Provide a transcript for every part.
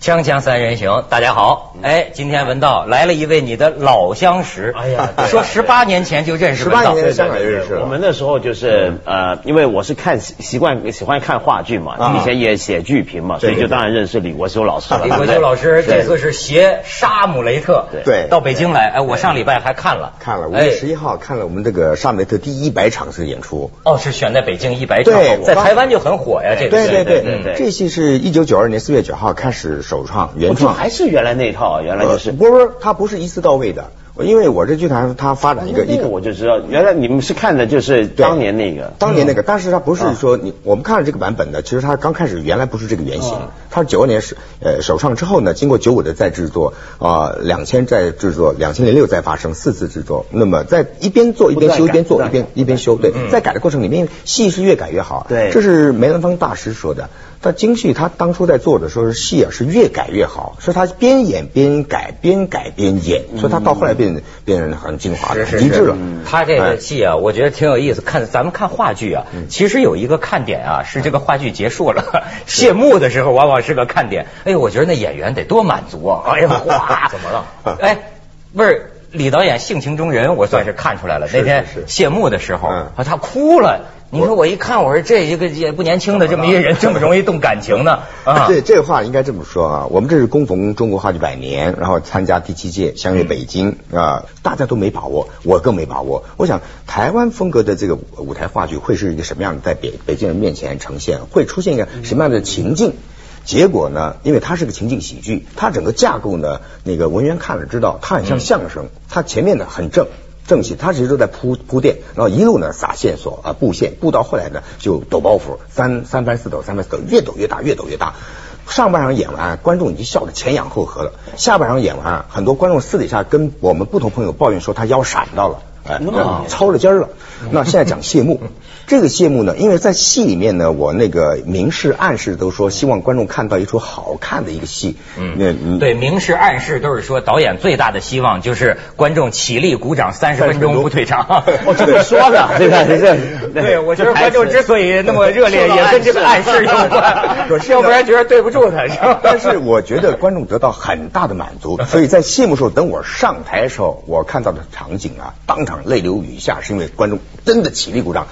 锵锵三人行，大家嗯好！哎，今天文道来了一位你的老相识，哎 呀对说十八年前就认识文18道，年对前对对香港啊就认识了我们那时候就是呃，因为我是看习习惯喜欢看话剧嘛，以前也写剧评嘛，所以啊对对啊就当然认识李国修老师了。李国对修老师对这次是携沙姆雷特对到北京来，哎，我上礼拜还看了，看了五哎月十一号，看了我们这个沙梅特第一百场次演出。哦，是选在北京一百场对，在我刚台湾就很火呀，这个对对对对对对这戏是一九九二年四月九号开始首创我原就创，还是原来那一套，原来呃就是。不是它不是一次到位的，我因为我这剧团它发展一个一啊那个个我就知道，原来你们是看的就是对当年那个。当年那个，但是它不是啊说你我们看了这个版本呢，其实它刚开始原来不是这个原嗯型，它是九二年是呃首创之后呢，经过九五的再制作啊，两千再制作，两千零六再发生四次制作，那么在一边做一边修，一不断改边做不一断边改嗯一边修，对，在改的过程里面，戏是越改越好，对这是梅兰芳大师说的。但京剧他当初在做的时候，戏啊是越改越好，所以他边演边改，边改边演，嗯所以他到后来变变成很精华、是很是极致是嗯了。他这哎个戏啊，我觉得挺有意思。看咱们看话剧啊，其实有一个看点啊，是这个话剧结束 了谢幕的时候，往往是个看点。哎呦，我觉得那演员得多满足啊！哎 呀，哇，怎么了？哎，不是。李导演性情中人，我算嗯是看出来了。是那天是是谢幕的时候，嗯啊，他哭了。你说我一看，我说这一个也不年轻的这么一个人，这么容易动感情 呢？啊，对，这话应该这么说啊。我们这是恭逢中国话剧百年，然后参加第七届相约北京啊、大家都没把握，我更没把握。我想台湾风格的这个舞台话剧会是一个什么样的，在北北京人面前呈现，会出现一个什么样的情境？结果呢？因为它是个情景喜剧，它整个架构呢，那个文员看了知道，它很像相声，它前面呢很正，正气，他其实都在铺铺垫，然后一路呢撒线索啊布线，布到后来呢就抖包袱，三三番四抖，三番四抖，越抖越大，越抖越大。上半场演完，观众已经笑得前仰后合了；下半场演完，很多观众私底下跟我们不同朋友抱怨说他腰闪到了。哎，么超了尖儿了。嗯那现在讲 谢幕，这个谢幕呢，因为在戏里面呢，我那个明示暗示都说希望观众看到一出好看的一个戏。那嗯，，对，明示暗示都是说导演最大的希望就是观众起立鼓掌三十分钟不退场。 哦，这么 说的，对吧？这这对，我觉得观众就之所以那么热烈，也跟这个暗示有 关，可是呢要不然觉得对不住他，是吧？但是我觉得观众得到很大的满 足，所以在谢幕时候，等我上台的时候，我看到的场景啊，当场泪流雨下，是因为观众真的起立鼓掌。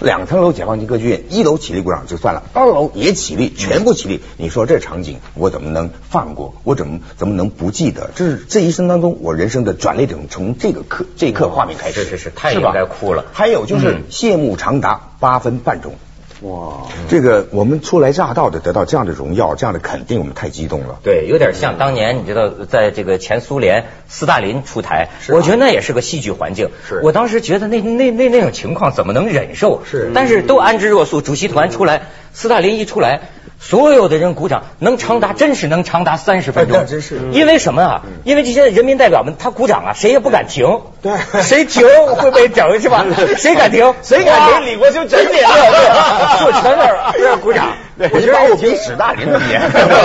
两层楼解放军歌剧院，一楼起立鼓掌就算了，二楼也起嗯立，全部起立。你说这场景我怎么能放过？我怎么怎么能不记得？这是这一生当中我人生的转捩点，从这个刻这一刻画面开始。是是是太吧应该哭了还有就是嗯谢幕长达八分半钟。哇，。这个我们初来乍到的得到这样的荣耀，这样的肯定，我们太激动了。对，有点像当年你知道，在这个前苏联斯大林出台，我觉得那也是个戏剧环境。是我当时觉得那那那那种情况怎么能忍受？是但是都嗯安之若素。主席团出来，斯大林一出来，所有的人鼓掌，能长达真是能长达三十分哎那钟。真是因为什么啊？因为这些人民代表们他鼓掌啊，谁也不敢停。对谁停会被整是 吧？谁敢停？谁敢停？李国修整你？对 对，就全是啊这鼓 掌。我就把我比史大林的脸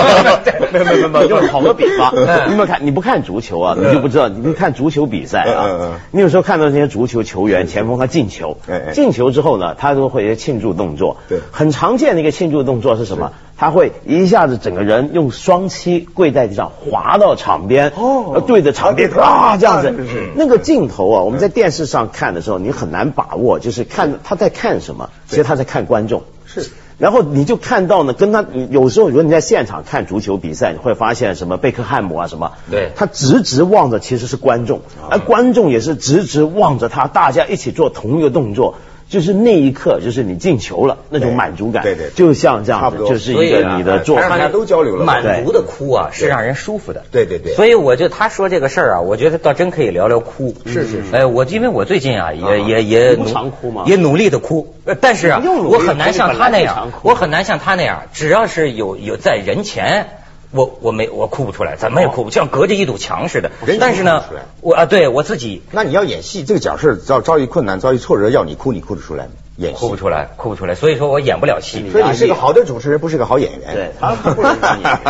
没有没有没有， 嗯就是好个比方。你们看，你不看足球啊，你就不知道。你看足球比赛嗯嗯嗯啊，你有时候看到那些足球球员前锋他进球哎哎，进球之后呢，他都会有一些庆祝动作。对很常见的一个庆祝动作是什么？他会一下子整个人用双膝跪在地上，滑到场边，哦呃对着场边啊对啊这样子啊是是。那个镜头啊，我们在电视上看的时候，你很难把握，就是看他在看什么，其实他在看观众。是。然后你就看到呢，跟他你有时候如果你在现场看足球比赛，你会发现什么贝克汉姆啊什么，对他直直望着其实是观众，嗯而观众也是直直望着他，大家一起做同一个动作，就是那一刻就是你进球了那对种满足感，对对对就像这差样不子，多就是所一以个啊你的做哎法大。家都交流了嘛满足的哭啊，是让人舒服的。对对对所以我就他说这个事儿啊，我觉得倒真可以聊聊哭。是是是。哎，我因为我最近啊，也也也你不努常哭吗也努力的哭，呃但是啊，你不用努力我很难像他那你本来就样常，哭我很难像他那样，只要是有有在人前。我我没我哭不出来，怎么也哭不，像隔着一堵墙似的人前。但是呢哭不出来，我啊，对我自己那你要演戏，这个角色遭遭遇困难、遭遇挫折，要你哭，你哭得出来吗？演戏哭不出来，哭不出来，所以说我演不了戏。所以你是个好的主持人，不是个好演员。对他 不是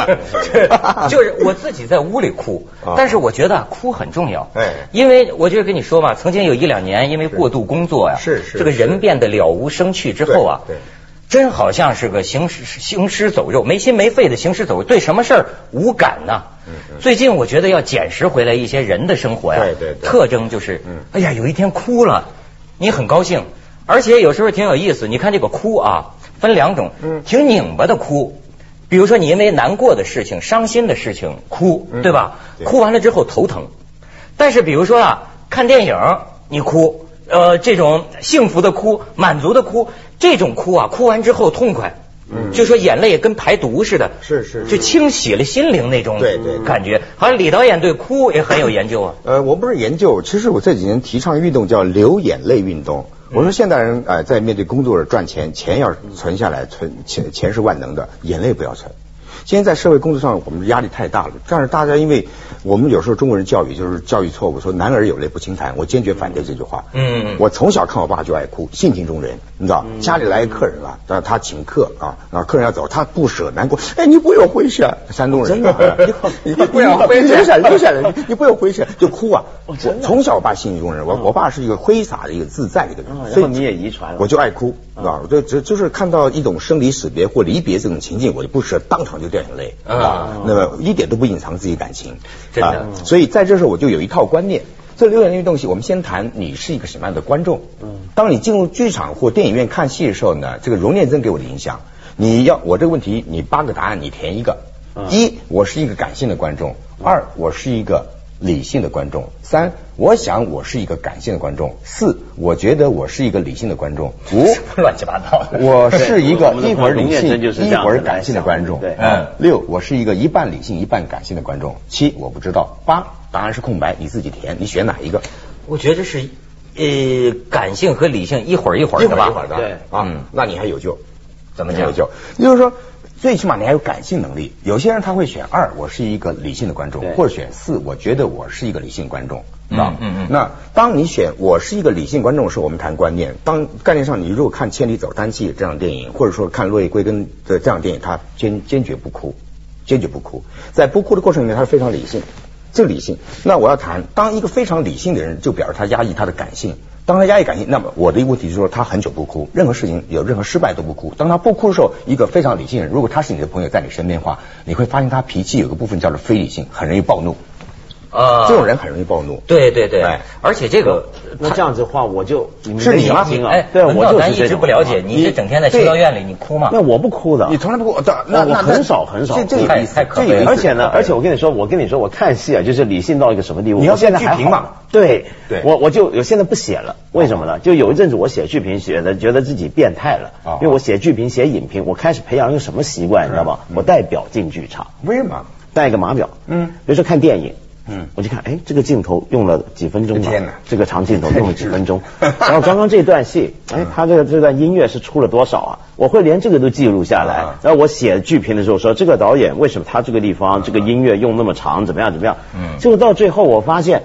对 就是我自己在屋里哭啊，但是我觉得哭很重要。哎因为我就跟你说嘛，曾经有一两年因为过度工作呀、是是这个人变得了无生趣之后啊，对对真好像是个行尸行尸走肉，没心没肺的行尸走肉，对什么事儿无感呐、最近我觉得要捡拾回来一些人的生活呀，嗯对对对特征就是，嗯哎呀，有一天哭了，你很高兴，而且有时候挺有意思。你看这个哭啊，分两种，嗯挺拧巴的哭。比如说，你因为难过的事情、伤心的事情哭，嗯对吧？对哭完了之后头疼，但是比如说啊，看电影你哭，呃，这种幸福的哭、满足的哭，这种哭啊，哭完之后痛快。嗯就说眼泪跟排毒似的，是是就是清洗了心灵那种对对对感觉。好像李导演对哭也很有研究啊。 呃，我不是研究，其实我这几年提倡运动叫流眼泪运动。我说现代人哎、呃在面对工作赚钱，钱要存下来，存钱钱是万能的，眼泪不要存。现在在社会工作上，我们压力太大了。但是大家因为我们有时候中国人教育就是教育错误，说男儿有泪不轻弹，我坚决反对这句话。嗯我从小看我爸就爱哭，性情中人，你知道，家里来一客人了，但他请客啊，啊，客人要走，他不舍难过，哎，你不要回去啊，山东人，真 的，你你不要回去，留下来，留下来，你不要回去，就哭啊。我从小我爸性情中人，我我爸是一个挥洒的一个自在的一个嗯人，然后你也遗传了我就爱哭，啊，我就就就是看到一种生离死别或离别这种情境，我就不舍，当场就掉眼泪啊啊，那么一点都不隐藏自己感情，真的啊所以在这时候我就有一套观念。这流眼泪东西，我们先谈你是一个什么样的观众。当你进入剧场或电影院看戏的时候呢，这个容念真给我的影响。你要我这个问题，你八个答案你填一个。嗯一，我是一个感性的观众；二，我是一个理性的观众；三，我想我是一个感性的观众；四，我觉得我是一个理性的观众； 五，乱七八糟的我是一个对我们的一会儿理容念性真就是这一样会儿子来感性的想观众。对嗯，六，我是一个一半理性一半感性的观众。七，我不知道。八，答案是空白，你自己填，你选哪一个？我觉得是，呃，感性和理性一会儿一会儿一的会儿吧。一会儿的，对嗯啊，那你还有救。怎么你还讲有？救？也就是说，最起码你还有感性能力。有些人他会选二，我是一个理性的观众对，或者选四，我觉得我是一个理性观众。嗯啊嗯嗯那当你选我是一个理性观众的时候，我们谈观念。当概念上，你如果看《千里走单骑》这样的电影，或者说看《落叶归根》的这样的电影，他坚坚决不哭，坚决不哭。在不哭的过程里面，他是非常理性，这理性。那我要谈，当一个非常理性的人，就表示他压抑他的感性。当他压抑感性，那么我的一个问题就是说，他很久不哭，任何事情有任何失败都不哭。当他不哭的时候，一个非常理性的人，如果他是你的朋友，在你身边的话，你会发现他脾气有个部分叫做非理性，很容易暴怒。啊这种人很容易暴怒。对对对哎，而且这个那这样子的话，我就是你吗听啊，哎，对，文我道就是咱一这直种啊不了解，你是整天在修道院里，你哭吗？那我不哭的，你从来不哭，哦对啊那我那很那少很少这这太有意思太可这悲了有意思而且呢，而且我跟你说，我跟你说，我看戏啊，就是理性到一个什么地步。你要我现在做还剧评嘛好？对，对我我就我现在不写了，为什么呢？就有一阵子我写剧评，写的觉得自己变态了哦，因为我写剧评、写影评，我开始培养一个什么习惯，你知道吗？嗯我带表进剧场，为什么？带一个码表。嗯比如说看电影。嗯我就看，哎，这个镜头用了几分钟啊天哪，这个长镜头用了几分钟 然后刚刚这段戏，嗯哎，他这个这段音乐是出了多少啊？我会连这个都记录下来啊。然后我写剧评的时候说，这个导演为什么他这个地啊方这个音乐用那么长，怎么样怎么样？嗯结果到最后我发现，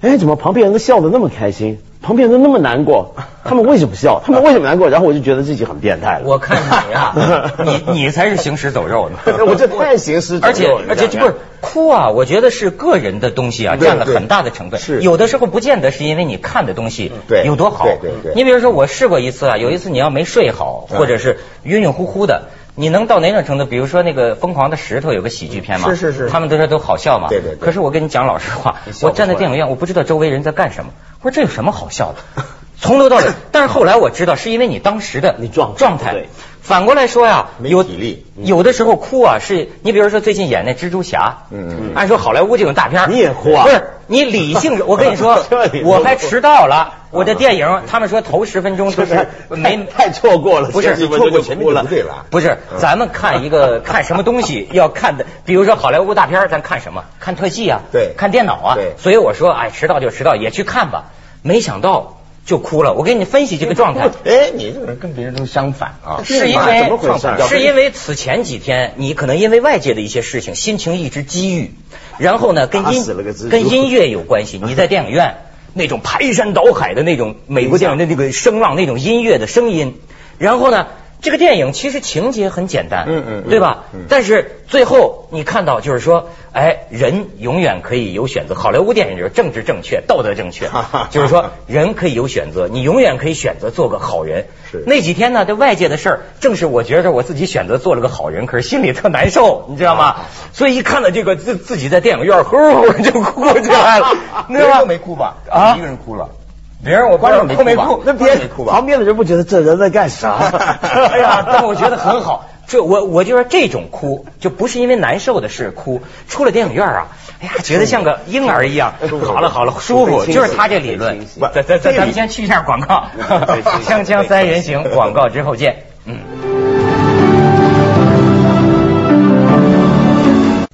哎，怎么旁边人都笑得那么开心，旁边人都那么难过？他们为什么笑？他们为什么难过？然后我就觉得自己很变态了。。我看你 啊，你你才是行尸走肉呢 我这太行尸走而且肉了而且你知这道不吗是哭啊，我觉得是个人的东西啊，对占了很大的成分。对是嗯有的时候不见得是因为你看的东西对有多好。对对对你比如说，我试过一次啊，有一次你要没睡好，嗯或者是晕晕乎乎的。你能到哪种程度？比如说那个《疯狂的石头》有个喜剧片嘛，是是是他们都说都好笑嘛。对对对可是我跟你讲老实话你，笑我不出来站在电影院，我不知道周围人在干什么。我说这有什么好笑的？从头到尾。但是后来我知道，是因为你当时 的你状态状态对。反过来说呀，没有体力嗯有的时候哭啊，是你比如说最近演那蜘蛛侠，嗯嗯嗯，按说好莱坞这种大片儿你也哭啊不是你理性， 我跟你说这里，都啊我还迟到了，我这电影他们说头十分钟都哎是没 太太错过了不是前几嗯错分钟过就前哭面就了不对了。不是，咱们看一嗯个看什么东西 要看的，比如说好莱坞大片儿，咱看什么？看特技啊，对看电脑啊。对所以我说，哎，迟到就迟到，也去看吧。没想到就哭了。我给你分析这个状态。哎，你这个人跟别人都 相反啊，是因怎么回事啊为？是因为此前几天你可能因为外界的一些事情，心情一直积郁，然后呢跟打音死了个蜘蛛跟音乐有关系。你在电影院那种排山倒海的那种美国电影的那个声浪，那种音乐的声音，然后呢这个电影其实情节很简单，嗯嗯嗯对吧嗯？，但是最后你看到就是说，哎，人永远可以有选择。好莱坞电影就是政治正确、道德正确就是 说人可以有选择，你永远可以选择做个好人是。那几天呢，这外界的事儿，正是我觉着我自己选择做了个好人，可是心里特难受，你知道啊吗？所以一看到这个自自己在电影院呼就哭 出来了，你别知道吗人都没哭吧？啊你一个人哭了。别人我观众没都没哭吧哭，那那边你哭吧旁边的人不觉得这人在干啥？ 哎呀，但我觉得很好。这我我就说这种哭，就不是因为难受的事哭。出了电影院啊，哎呀， 觉得像个婴儿一哎样。好了好了，舒服，就是他这理论。咱咱咱咱们先去一下广 告，锵锵三人行，广告之后见。嗯。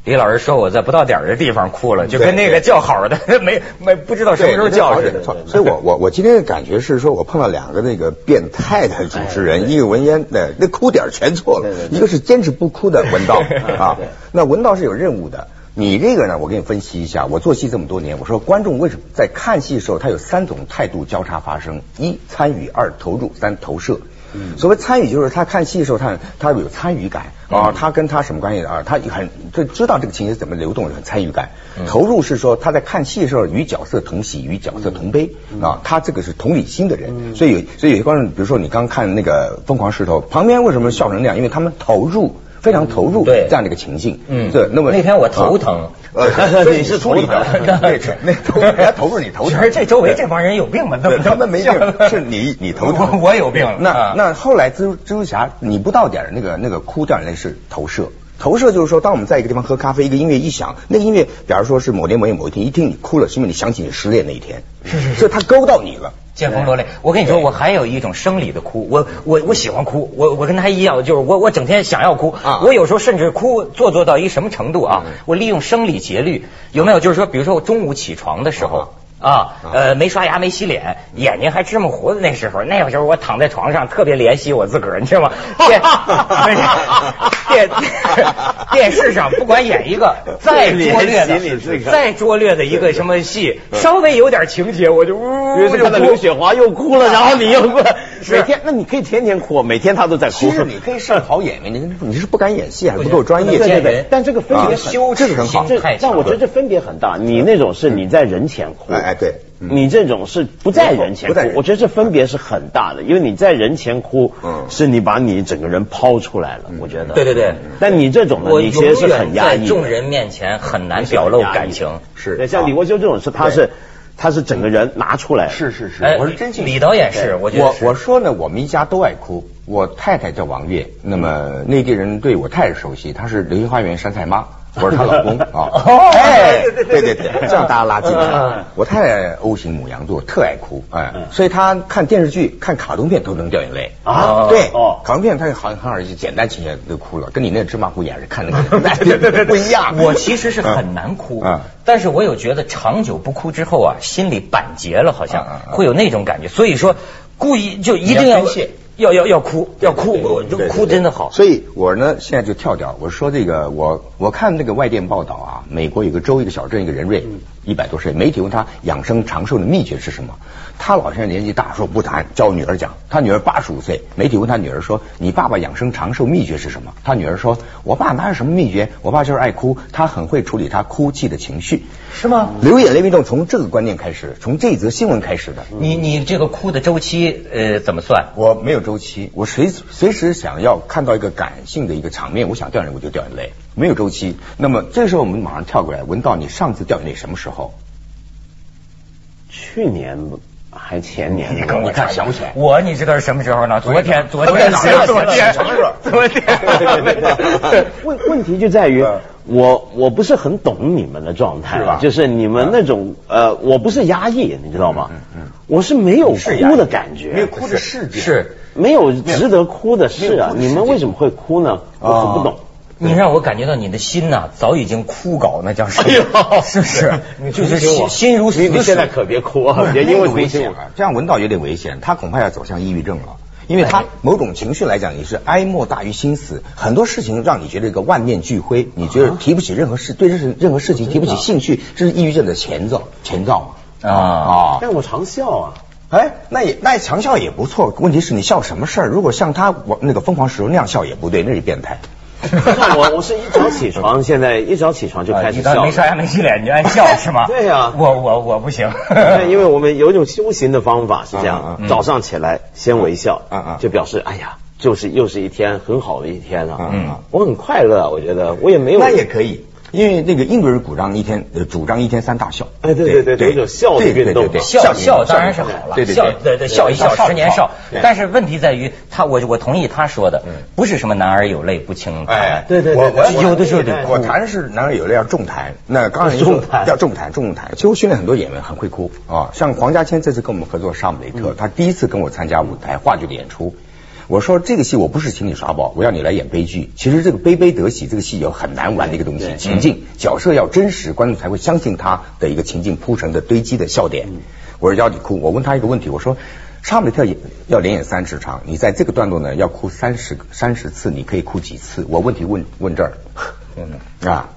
李老师说我在不到点儿的地方哭了，就跟那个叫好的 没没不知道什么时候叫似的。对所以我我我今天的感觉是说，我碰到两个那个变态的主持人，一个文烟的那哭点全错了，一个是坚持不哭的文道啊。那文道是有任务的。你这个呢，我给你分析一下。我做戏这么多年，我说观众为什么在看戏的时候，他有三种态度交叉发生：一参与，二投入，三投射。所谓参与，就是他看戏的时候，他他有参与感啊，他跟他什么关系啊？他很就知道这个情节怎么流动，很参与感。投入是说他在看戏的时候与角色同喜，与角色同悲啊，他这个是同理心的人。所以有所以有些观众，比如说你刚看那个《疯狂石头》，旁边为什么笑成那样？因为他们投入。非常投入对这样的一个情境，嗯对，那么那天我头疼 啊呃，你是处理的对，对那头人家投入你 头疼，觉得这周围这帮人有病吧？对他们没 病，是你你头疼，我我有病。那啊那后来蜘蛛蜘蛛侠，你不到点儿那个那个哭点儿那是投射。投射就是说，当我们在一个地方喝咖啡，一个音乐一响，那个音乐，比方说是某年某月某一天，一听你哭了，是因为你想起你失恋那一天，是是所以他勾到你了。见风落泪。我跟你说，我还有一种生理的哭，我我我喜欢哭，我我跟他一样，就是我我整天想要哭啊，我有时候甚至哭做作到一什么程度嗯啊？我利用生理节律，有没有？就是说，比如说我中午起床的时啊候。啊，呃，没刷牙，没洗脸，眼睛还芝麻糊的那时候，那个时候我躺在床上特别怜惜我自个儿，你知道吗？ 电电电视上不管演一 个再拙劣怜惜你自的个儿嗯再拙劣的一个什么戏，稍微有点情节我就呜 因为是看到刘雪华又哭了，然后你又哭了，是 每天，那你可以天天哭啊，每天他都在哭其。实你可以上好演员，哎你你是不敢演戏，还是不够专业？不对见对人但这个分别很羞这个很好耻心太强这但了我觉得这分别很大。你那种是你在人前哭，哎哎对嗯你这种是不在人前不在哭人。前我觉得这分别是很大的，因为你在人前哭嗯，是你把你整个人抛出来了。我觉得，嗯对对对但你这种呢，我你其实是永远很压抑在的。众人面前很难表露感情。是对，啊像李国修这种是，他是他是整个人拿出来。是是是，哎我是真信。李导演是我觉得我是我说呢，我们一家都爱哭。我太太叫王月，那么内地人对我太熟悉，她是《流星花园》杉菜妈，我是她老公啊。哦哎，对对对对对对，这样大家拉近嗯嗯了。我太太 O 型母羊座，特爱哭，哎，所以她看电视剧、看卡通片都能掉眼泪啊对哦，卡通片她好像看而且简单情节都哭了，跟你那芝麻糊眼是看那个对对对不一样。 我其实是很难哭嗯嗯，但是我有觉得长久不哭之后啊，心里板结了，好嗯嗯像嗯会有那种感觉。所以说，故意就一定你要要宣泄要要要哭，要哭，我就对哭真的好。所以我呢现在就跳掉，我说这个我我看那个外电报道啊，美国有个州一个小镇一个人瑞，嗯一百多岁，媒体问他养生长寿的秘诀是什么，他老先生年纪大说不谈，教女儿讲，他女儿八十五岁，媒体问他女儿说你爸爸养生长寿秘诀是什么？他女儿说我爸哪有什么秘诀，我爸就是爱哭，他很会处理他哭泣的情绪，是吗？流眼泪运动从这个观念开始，从这则新闻开始的。你你这个哭的周期呃怎么算？我没有周期，我随随时想要看到一个感性的一个场面，我想掉眼泪我就掉眼泪，没有周期。那么这时候我们马上跳过来，文道，你上次掉眼泪什么时候？去年还前年，你跟我看想不起来我你知道是什么时候呢？昨天，昨 昨天天，哪儿昨天，昨天昨天。 问问题就在于嗯我我不是很懂你们的状态，是吧就是你们那种呃，我不是压抑，你知道吗？嗯我是没有哭的感觉，没有哭的事件是没有值得哭的事啊！没有没有哭的事你们为什么会哭呢？我很不懂。你让我感觉到你的心呐、早已经枯槁，那叫是，哎 呦是不是？你就是同情我心心如死你你水。现在可别哭啊！别那因为个危同情险我。啊，这样文道有点危险，他恐怕要走向抑郁症了。因为哎他某种情绪来讲，你是哀莫大于心死，很多事情让你觉得一个万念俱灰，你啊觉得提不起任何事，对任何任何事情提不起兴趣，这是抑郁症的前兆前兆嘛啊啊但我常笑啊，哎，那也那强笑也不错。问题是你笑什么事儿？如果像他我那个疯狂石头那样笑也不对，那是变态。像我，我是一早起 床，现在一早起床就啊开啊你始倒笑没了。刷牙没洗脸，你就爱 笑是吗？对呀 我我我不 行。对，因为我们有一种修行的方法是这啊样啊，早上起来先微笑啊啊，就表示哎呀，就是又是一天很好的一天啊啊啊，我很快乐啊，我觉得我也没有那也可以，因为那个英国人主张一天呃主张一天三大笑。哎对对对有一种笑的运动对对对 笑笑当然是运好动了，对对笑对对笑一笑十年少。对但是问题在于他，我我同意他说的嗯，不是什么男儿有泪不轻弹。哎，对对对我我对有的时候对对对我谈的是男人有泪要重弹，那刚才您说重弹要重弹重弹。其实我训练很多演员很会哭啊，像黄家千这次跟我们合作《沙姆雷特》，他第一次跟我参加舞台话剧的演出。我说这个戏我不是请你耍宝，我要你来演悲剧。其实这个悲悲得喜这个戏有很难玩的一个东西，情境角色要真实，观众才会相信他的一个情境铺陈的堆积的笑点。我说要你哭，我问他一个问题，我说沙姆雷特也要连演三十场，你在这个段落呢要哭三十三十次，你可以哭几次？我问题问问这儿，真的啊，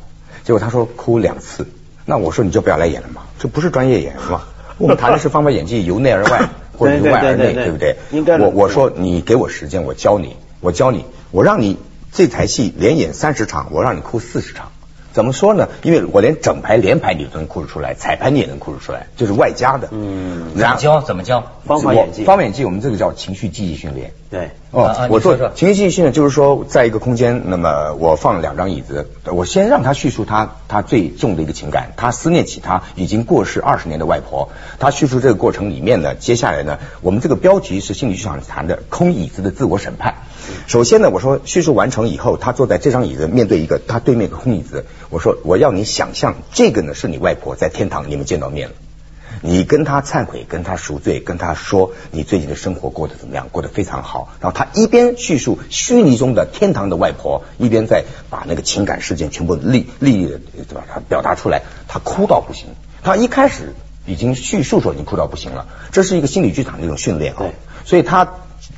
结果他说哭两次，那我说你就不要来演了嘛，这不是专业演员嘛，我们谈的是方法演技由内而 外或者由对对外而内，对对对不对？应该的我我说你给我时间，我教你，我教你，我让你这台戏连演三十场，我让你哭四十场。怎么说呢？因为我连整排连排你都能哭得出来，彩排你也能哭得出来，就是外加的。嗯怎然么后教怎么教？方法演技我方法演技，我们这个叫情绪记忆训练。对。哦，啊啊我你说做说情绪记忆训练就是说，在一个空间，那么我放了两张椅子，我先让他叙述他他最重的一个情感，他思念起他已经过世二十年的外婆。他叙述这个过程里面呢，接下来呢，我们这个标题是心理学上谈的空椅子的自我审判。首先呢，我说叙述完成以后，他坐在这张椅子面对一个他对面一个空椅子，我说我要你想象这个呢是你外婆在天堂你们见到面了。你跟他忏悔，跟他赎罪，跟他说你最近的生活过得怎么样，过得非常好。然后他一边叙述虚拟中的天堂的外婆，一边在把那个情感事件全部历历对吧？他表达出来，他哭到不行。他一开始已经叙述说已经哭到不行了，这是一个心理剧场的一种训练啊对。所以他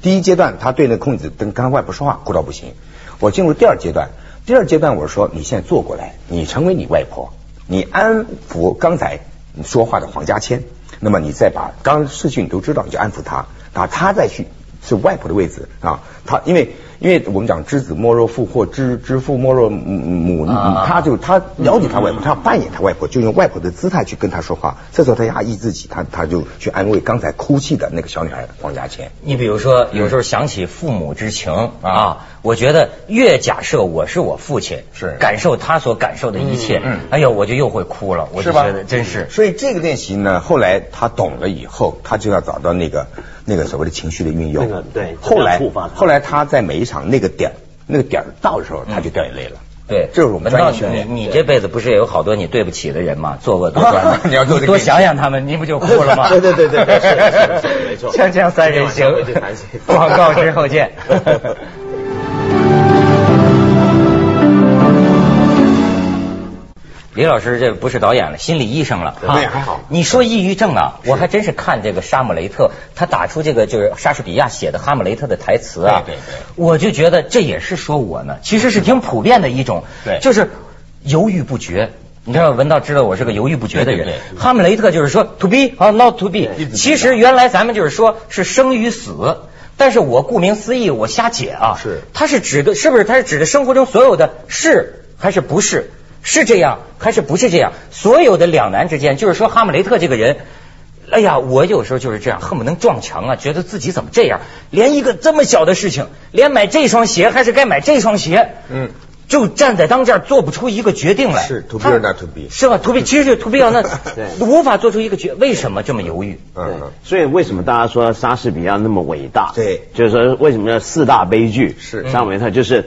第一阶段他对那个空子跟跟外婆说话哭到不行。我进入第二阶段，第二阶段我说你现在坐过来，你成为你外婆，你安抚刚才你说话的黄家千，那么你再把刚刚事情你都知道，你就安抚他，啊，他再去是外婆的位置啊，他因为因为我们讲知子莫若父或知知父莫若母母，啊他就他了解他外婆，他要扮演他外婆，就用外婆的姿态去跟他说话，这时候他压抑自己，他他就去安慰刚才哭泣的那个小女孩黄家千。你比如说，有嗯时候想起父母之情啊，我觉得越假设我是我父亲，是感受他所感受的一切嗯嗯，哎呦，我就又会哭了，我是就吧觉得真是。所以这个练习呢，后来他懂了以后，他就要找到那个那个所谓的情绪的运用。那个对后来触发他后来他在每一场那个点儿那个点儿到的时候，他就掉眼泪了。对，这是我们文专道业训练。你你这辈子不是也有好多你对不起的人吗？做恶多 ？端吗你要做这个多练习想想他们，你不就哭 了吗？对对对对对是的是的是的没 错锵锵三人行今天晚上回去弹琴， 广告之后见。 李老师，这不是导演了，心理医生了。对啊还好你说抑郁症啊，我还真是看这个《沙姆雷特》，他打出这个就是莎士比亚写的《哈姆雷特》的台词啊，对对对我就觉得这也是说我呢，其实是挺普遍的一种，对就是犹豫不决。你知道文道知道我是个犹豫不决的人，对对哈姆雷特就是说 to be 和 not to be，一直其实原来咱们就是说是生与死，但是我顾名思义我瞎解啊，是它是指的是不是它是指的生活中所有的是还是不是，是这样还是不是这样，所有的两难之间，就是说哈姆雷特这个人。哎呀，我有时候就是这样，恨不能撞墙啊！觉得自己怎么这样，连一个这么小的事情，连买这双鞋还是该买这双鞋，嗯，就站在当这儿做不出一个决定来。是 to be 他 or not to be 是吧？to be 其实就 to be 啊，那 对无法做出一个决，为什么这么犹豫？嗯嗯。所以为什么大家说莎士比亚那么伟大？对就是说为什么叫四大悲剧？是沙姆雷特就是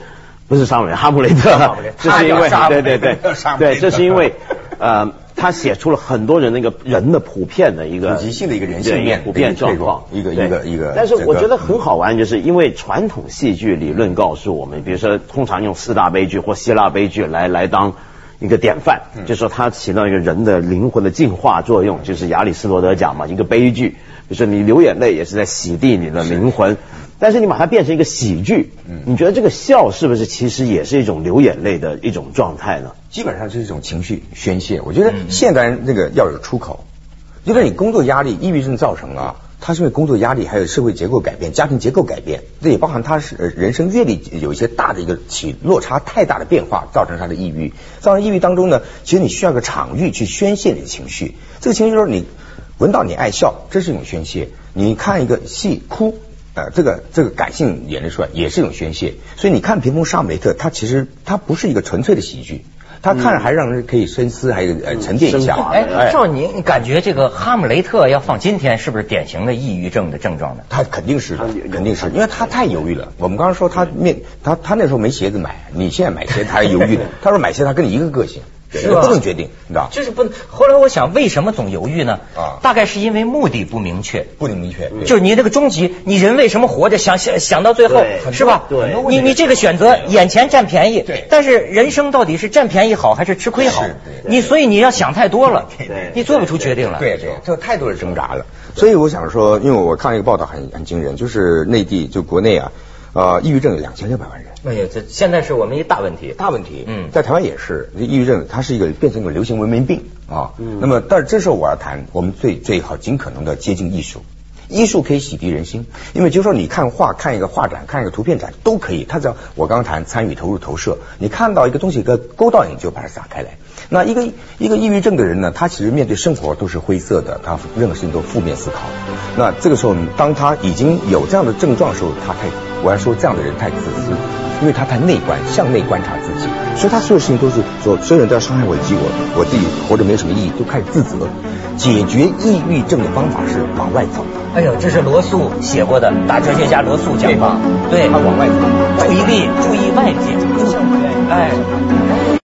不是沙姆雷特，哈姆雷特哈姆雷特，这是因他叫为沙姆雷对特对对沙姆雷对，特这是因为呃，他写出了很多人那个人的普遍的一个普及性的一个人性面对普遍状况，一个对一个一个但是我这个觉得很好玩，就是因为传统戏剧理论告诉我们，比如说通常用四大悲剧或希腊悲剧来来当。一个典范，嗯就说它起到一个人的灵魂的净化作用，就是亚里士多德讲嘛，一个悲剧，就是你流眼泪也是在洗涤你的灵魂，但是你把它变成一个喜剧，嗯你觉得这个笑是不是其实也是一种流眼泪的一种状态呢？基本上是一种情绪嗯宣泄。我觉得现代人那个要有出口，因为你工作压力、抑郁症造成啊，他是因为工作压力，还有社会结构改变、家庭结构改变，这也包含他是呃人生阅历有一些大的一个起落差太大的变化，造成他的抑郁。造成抑郁当中呢，其实你需要一个场域去宣泄你的情绪。这个情绪就是你闻到你爱笑，这是一种宣泄；你看一个戏哭。呃，这个这个感性演绎出来也是一种宣泄，所以你看《屏风杀姆雷特》，它其实它不是一个纯粹的喜剧，它看着还让人可以深思，还有呃沉淀一下升。华哎，照你你感觉这个哈姆雷特要放今天，是不是典型的抑郁症的症状呢？他肯定是的他有，肯定是，因为他太犹豫了。我们刚刚说他面，他他那时候没鞋子买，你现在买鞋他还犹豫呢。他说买鞋他跟你一个个性，是吧不能决定，你知道？就是不能。后来我想，为什么总犹豫呢？啊大概是因为目的不明确。不能明确，对就是你这个终极，你人为什么活着？想想想到最后对，是吧？很多很多问你你这个选择，眼前占便宜，对但是人生到底是占便宜好还是吃亏好是？对你所以你要想太多了对，你做不出决定来。对对，这太多人挣扎了。所以我想说，因为我看了一个报道很很惊人，就是内地就国内啊，呃，抑郁症有两千六百万人。哎呀，这现在是我们一大问题。大问题。嗯在台湾也是，抑郁症它是一个变成一个流行文明病啊。那么，但是这时候我要谈，我们最最好尽可能的接近艺术。艺术可以洗涤人心，因为就是说你看画、看一个画展、看一个图片展都可以。它只要我刚刚谈参与、投入、投射，你看到一个东西，一个勾到你就把它撒开来。那一个一个抑郁症的人呢，他其实面对生活都是灰色的，他任何事情都负面思考。那这个时候，当他已经有这样的症状的时候，他太我要说这样的人太自私，因为他太内观，向内观察自己，所以他所有事情都是说，所有人都要伤害我以及我，我自己活着没有什么意义，都开始自责。解决抑郁症的方法是往外走，哎呦，这是罗素写过的，大哲学家罗素讲对吧的，对，他往外走注意力，注意外界，哎。哎